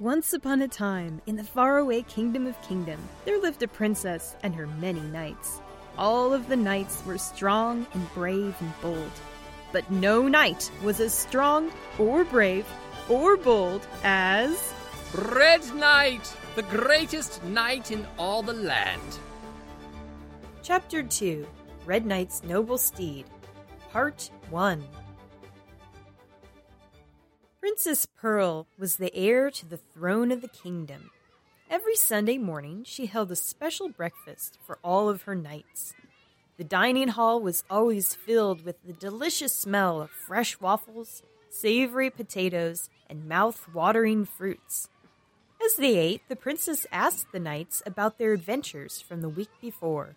Once upon a time, in the faraway kingdom of kingdom, there lived a princess and her many knights. All of the knights were strong and brave and bold. But no knight was as strong or brave or bold as. Red Knight, the greatest knight in all the land. Chapter 2 Red Knight's Noble Steed, Part 1 Princess Pearl was the heir to the throne of the kingdom. Every Sunday morning, she held a special breakfast for all of her knights. The dining hall was always filled with the delicious smell of fresh waffles, savory potatoes, and mouth watering fruits. As they ate, the princess asked the knights about their adventures from the week before.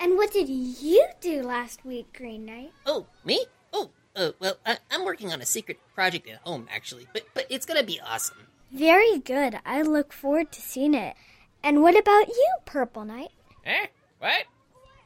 And what did you do last week, Green Knight? Oh, me? Oh, uh, well, I- I'm working on a secret project at home, actually, but but it's gonna be awesome. Very good. I look forward to seeing it. And what about you, Purple Knight? Eh? What?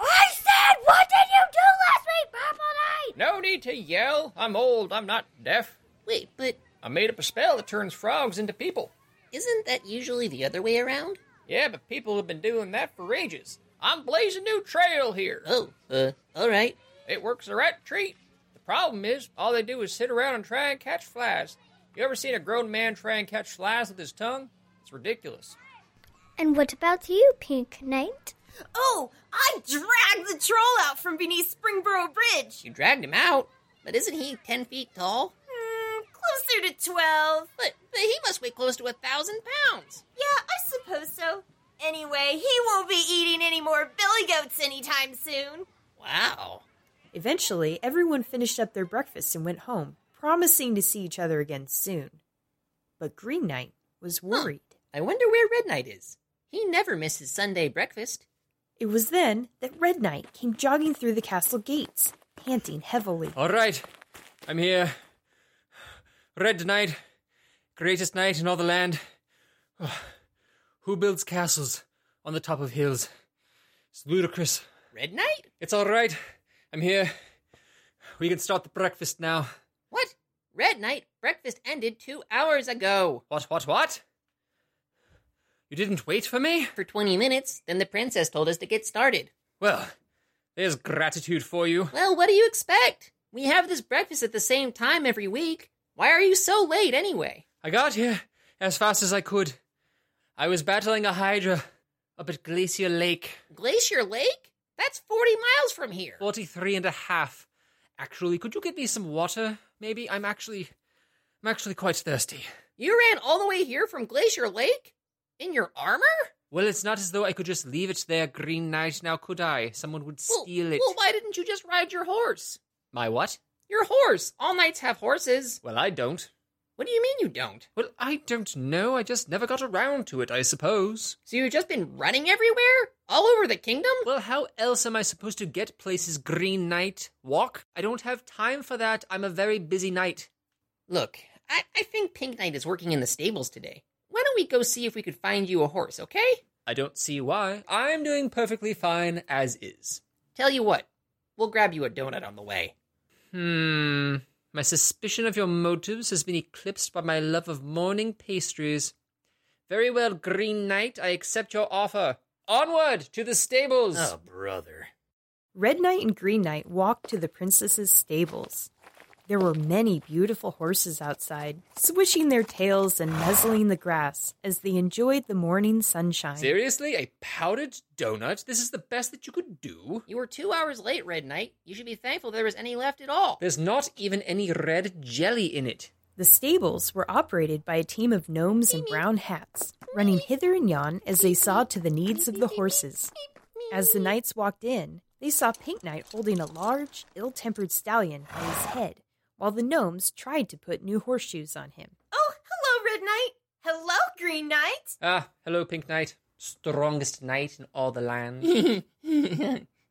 I said, what did you do last week, Purple Knight? No need to yell. I'm old. I'm not deaf. Wait, but I made up a spell that turns frogs into people. isn't that usually the other way around? Yeah, but people have been doing that for ages. I'm blazing new trail here. Oh, uh, all right. It works a right treat. The problem is, all they do is sit around and try and catch flies. You ever seen a grown man try and catch flies with his tongue? It's ridiculous. And what about you, Pink Knight? Oh, I dragged the troll out from beneath Springboro Bridge. You dragged him out, but isn't he ten feet tall? Hmm, closer to 12. But, but he must weigh close to a thousand pounds. Yeah, I suppose so. Anyway, he won't be eating any more billy goats anytime soon. Wow. Eventually, everyone finished up their breakfast and went home, promising to see each other again soon. But Green Knight was worried. I wonder where Red Knight is. He never misses Sunday breakfast. It was then that Red Knight came jogging through the castle gates, panting heavily. All right, I'm here. Red Knight, greatest knight in all the land. Ugh, Who builds castles on the top of hills? It's ludicrous. Red Knight? It's all right. I'm here. We can start the breakfast now. What? Red Knight, breakfast ended two hours ago. What, what, what? You didn't wait for me? For 20 minutes, then the princess told us to get started. Well, there's gratitude for you. Well, what do you expect? We have this breakfast at the same time every week. Why are you so late anyway? I got here as fast as I could. I was battling a Hydra up at Glacier Lake. Glacier Lake? That's 40 miles from here. 43 and a half. Actually, could you get me some water? Maybe I'm actually I'm actually quite thirsty. You ran all the way here from Glacier Lake? In your armor? Well, it's not as though I could just leave it there, Green Knight, now could I? Someone would Well- steal it. Well, why didn't you just ride your horse? My what? Your horse. All knights have horses. Well, I don't. What do you mean you don't? Well, I don't know. I just never got around to it, I suppose. So you've just been running everywhere? All over the kingdom? Well, how else am I supposed to get places, Green Knight? Walk? I don't have time for that. I'm a very busy knight. Look, I, I think Pink Knight is working in the stables today. Why don't we go see if we could find you a horse, okay? I don't see why. I'm doing perfectly fine as is. Tell you what, we'll grab you a donut on the way. Hmm. My suspicion of your motives has been eclipsed by my love of morning pastries. Very well, Green Knight, I accept your offer. Onward to the stables! Oh, brother. Red Knight and Green Knight walked to the princess's stables. There were many beautiful horses outside, swishing their tails and nuzzling the grass as they enjoyed the morning sunshine. Seriously, a powdered donut? This is the best that you could do? You were two hours late, Red Knight. You should be thankful there was any left at all. There's not even any red jelly in it. The stables were operated by a team of gnomes in brown hats, running hither and yon as they saw to the needs of the horses. As the knights walked in, they saw Pink Knight holding a large, ill tempered stallion by his head, while the gnomes tried to put new horseshoes on him. Oh, hello, Red Knight. Hello, Green Knight. Ah, hello, Pink Knight. Strongest knight in all the land.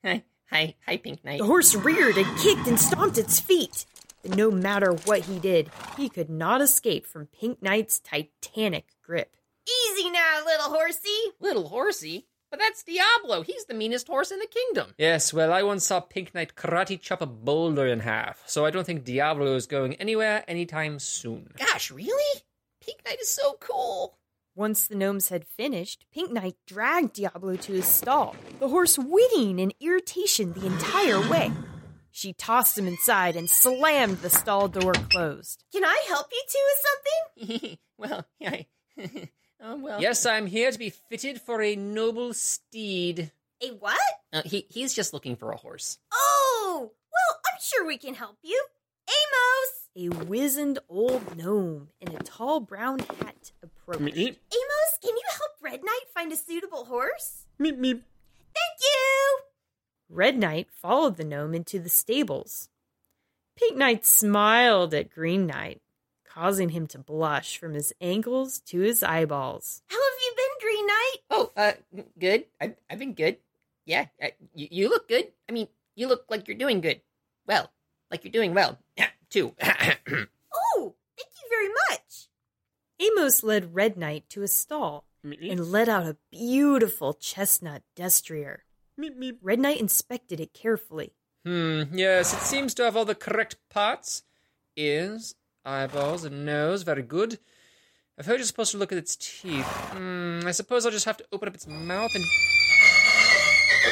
hi, hi, hi, Pink Knight. The horse reared and kicked and stomped its feet. But no matter what he did, he could not escape from Pink Knight's titanic grip. Easy now, little horsey. Little horsey? But that's Diablo. He's the meanest horse in the kingdom. yes, well, I once saw Pink Knight karate chop a boulder in half, so I don't think Diablo is going anywhere anytime soon. Gosh, really? Pink Knight is so cool. Once the gnomes had finished, Pink Knight dragged Diablo to his stall, the horse whinnying in irritation the entire way. She tossed him inside and slammed the stall door closed. Can I help you two with something? well, I, oh well. Yes, I'm here to be fitted for a noble steed. A what? Uh, he he's just looking for a horse. Oh, well, I'm sure we can help you. Amos! A wizened old gnome in a tall brown hat approached. Amos, can you help Red Knight find a suitable horse? Meep meep. Thank you! Red Knight followed the gnome into the stables. Pink Knight smiled at Green Knight, causing him to blush from his ankles to his eyeballs. How have you been, Green Knight? Oh, uh, good. I, I've been good. Yeah, uh, you, you look good. I mean, you look like you're doing good. Well, like you're doing well. Too. Oh, thank you very much. Amos led Red Knight to a stall and let out a beautiful chestnut destrier. Red Knight inspected it carefully. Hmm, yes, it seems to have all the correct parts ears, eyeballs, and nose. Very good. I've heard you're supposed to look at its teeth. Hmm, I suppose I'll just have to open up its mouth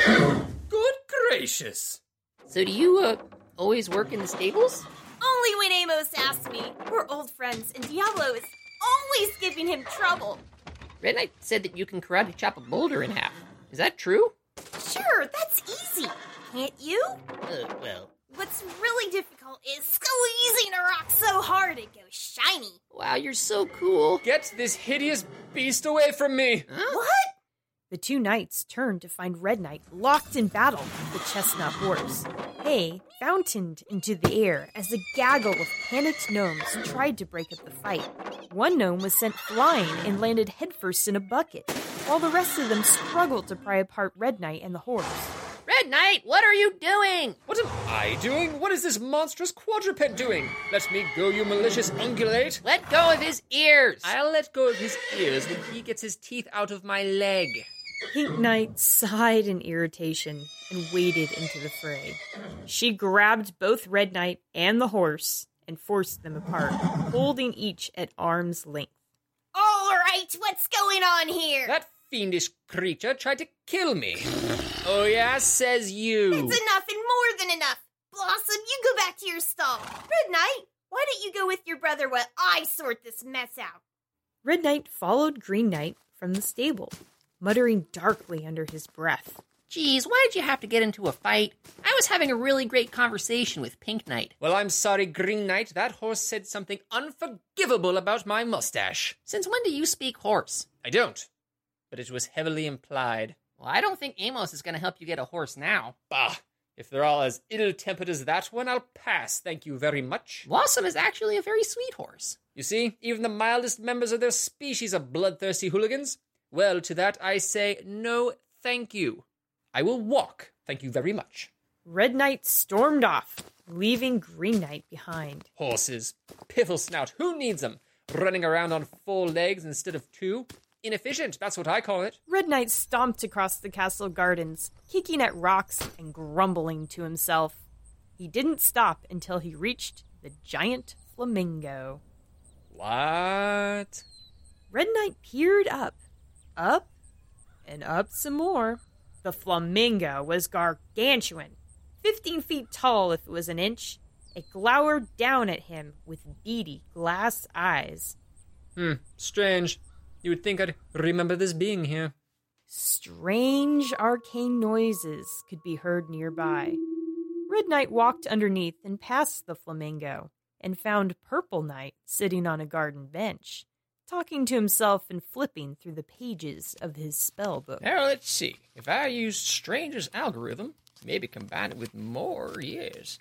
and. good gracious! so do you uh, always work in the stables? Only when Amos asks me. We're old friends, and Diablo is always giving him trouble. Red Knight said that you can karate chop a boulder in half. Is that true? Sure, that's easy. Can't you? Uh, well, What's really difficult is squeezing a rock so hard it goes shiny. wow, you're so cool. Get this hideous beast away from me! What? The two knights turned to find Red Knight locked in battle with the chestnut horse. Hay fountained into the air as a gaggle of panicked gnomes tried to break up the fight. One gnome was sent flying and landed headfirst in a bucket, while the rest of them struggled to pry apart Red Knight and the horse. Red Knight, what are you doing? What am I doing? What is this monstrous quadruped doing? Let me go, you malicious ungulate! Let go of his ears. I'll let go of his ears when he gets his teeth out of my leg. Pink Knight sighed in irritation and waded into the fray. She grabbed both Red Knight and the horse and forced them apart, holding each at arm's length. All right, what's going on here? That fiendish creature tried to kill me. Oh, yeah, says you. It's enough and more than enough. Blossom, you go back to your stall. Red Knight, why don't you go with your brother while I sort this mess out? Red Knight followed Green Knight from the stable, muttering darkly under his breath. Geez, why did you have to get into a fight? I was having a really great conversation with Pink Knight. well, I'm sorry, Green Knight. That horse said something unforgivable about my mustache. Since when do you speak horse? I don't. But it was heavily implied. Well, I don't think Amos is going to help you get a horse now. Bah! If they're all as ill tempered as that one, I'll pass, thank you very much. Blossom is actually a very sweet horse. You see, even the mildest members of their species are bloodthirsty hooligans. Well, to that I say no thank you. I will walk, thank you very much. Red Knight stormed off, leaving Green Knight behind. Horses. Piffle snout. Who needs them? Running around on four legs instead of two? Inefficient, that's what I call it. Red Knight stomped across the castle gardens, kicking at rocks and grumbling to himself. He didn't stop until he reached the giant flamingo. What? Red Knight peered up, up, and up some more. The flamingo was gargantuan, 15 feet tall if it was an inch. It glowered down at him with beady glass eyes. Hmm, strange. You would think I'd remember this being here. Strange arcane noises could be heard nearby. Red Knight walked underneath and past the flamingo and found Purple Knight sitting on a garden bench, talking to himself and flipping through the pages of his spell book. Now let's see. If I use Stranger's algorithm, maybe combine it with more, yes.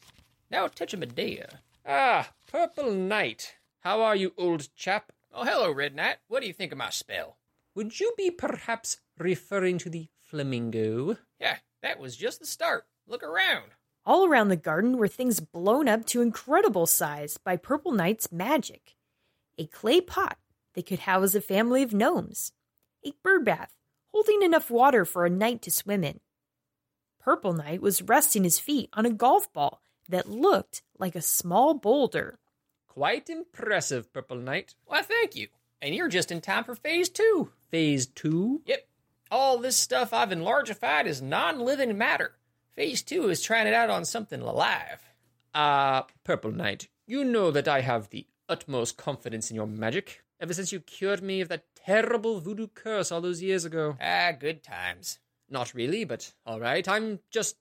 Now touch a Medea. Ah, Purple Knight. How are you, old chap? Oh, hello, Red Knight. What do you think of my spell? Would you be perhaps referring to the flamingo? Yeah, that was just the start. Look around. All around the garden were things blown up to incredible size by Purple Knight's magic. A clay pot that could house a family of gnomes, a bird bath holding enough water for a knight to swim in. Purple Knight was resting his feet on a golf ball that looked like a small boulder. Quite impressive, Purple Knight. Why, thank you. And you're just in time for phase two. Phase two? Yep. All this stuff I've enlargified is non living matter. Phase two is trying it out on something alive. Ah, Purple Knight, you know that I have the utmost confidence in your magic ever since you cured me of that terrible voodoo curse all those years ago. Ah, good times. Not really, but all right. I'm just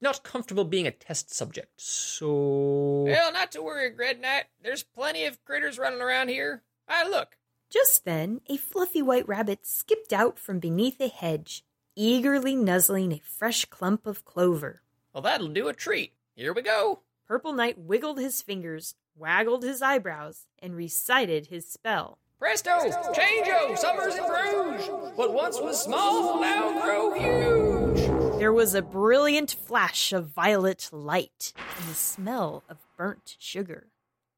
not comfortable being a test subject, so. Well, not to worry, Red Knight. There's plenty of critters running around here. I look. Just then, a fluffy white rabbit skipped out from beneath a hedge, eagerly nuzzling a fresh clump of clover. Well, that'll do a treat. Here we go. Purple Knight wiggled his fingers, waggled his eyebrows, and recited his spell. Presto! Changeo! Summers and Bruges! What once was small now grew huge! There was a brilliant flash of violet light and the smell of burnt sugar.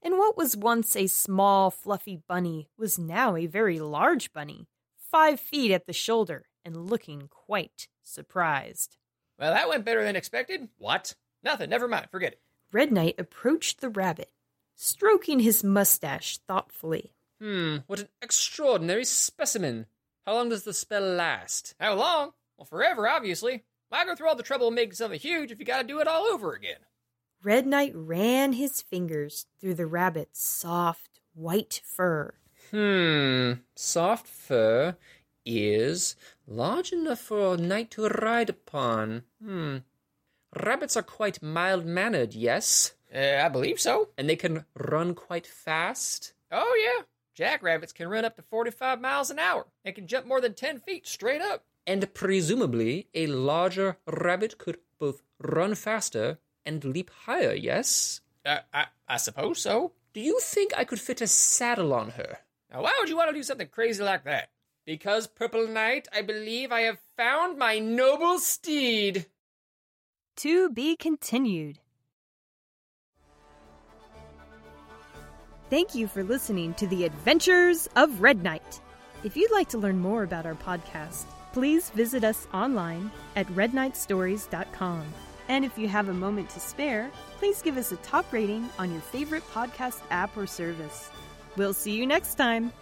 And what was once a small, fluffy bunny was now a very large bunny, five feet at the shoulder and looking quite surprised. Well, that went better than expected. What? Nothing. Never mind. Forget it. Red Knight approached the rabbit, stroking his mustache thoughtfully. Hmm, what an extraordinary specimen. How long does the spell last? How long? Well, forever, obviously. Why go through all the trouble of making something huge if you gotta do it all over again? Red Knight ran his fingers through the rabbit's soft, white fur. Hmm, soft fur, ears, large enough for a knight to ride upon. Hmm. Rabbits are quite mild mannered, yes? Uh, I believe so. And they can run quite fast? Oh, yeah. Jackrabbits can run up to 45 miles an hour and can jump more than 10 feet straight up. and presumably a larger rabbit could both run faster and leap higher, yes? Uh, I, I suppose so. Do you think I could fit a saddle on her? Now, why would you want to do something crazy like that? Because, Purple Knight, I believe I have found my noble steed. To be continued. Thank you for listening to The Adventures of Red Knight. If you'd like to learn more about our podcast, please visit us online at redknightstories.com. And if you have a moment to spare, please give us a top rating on your favorite podcast app or service. We'll see you next time.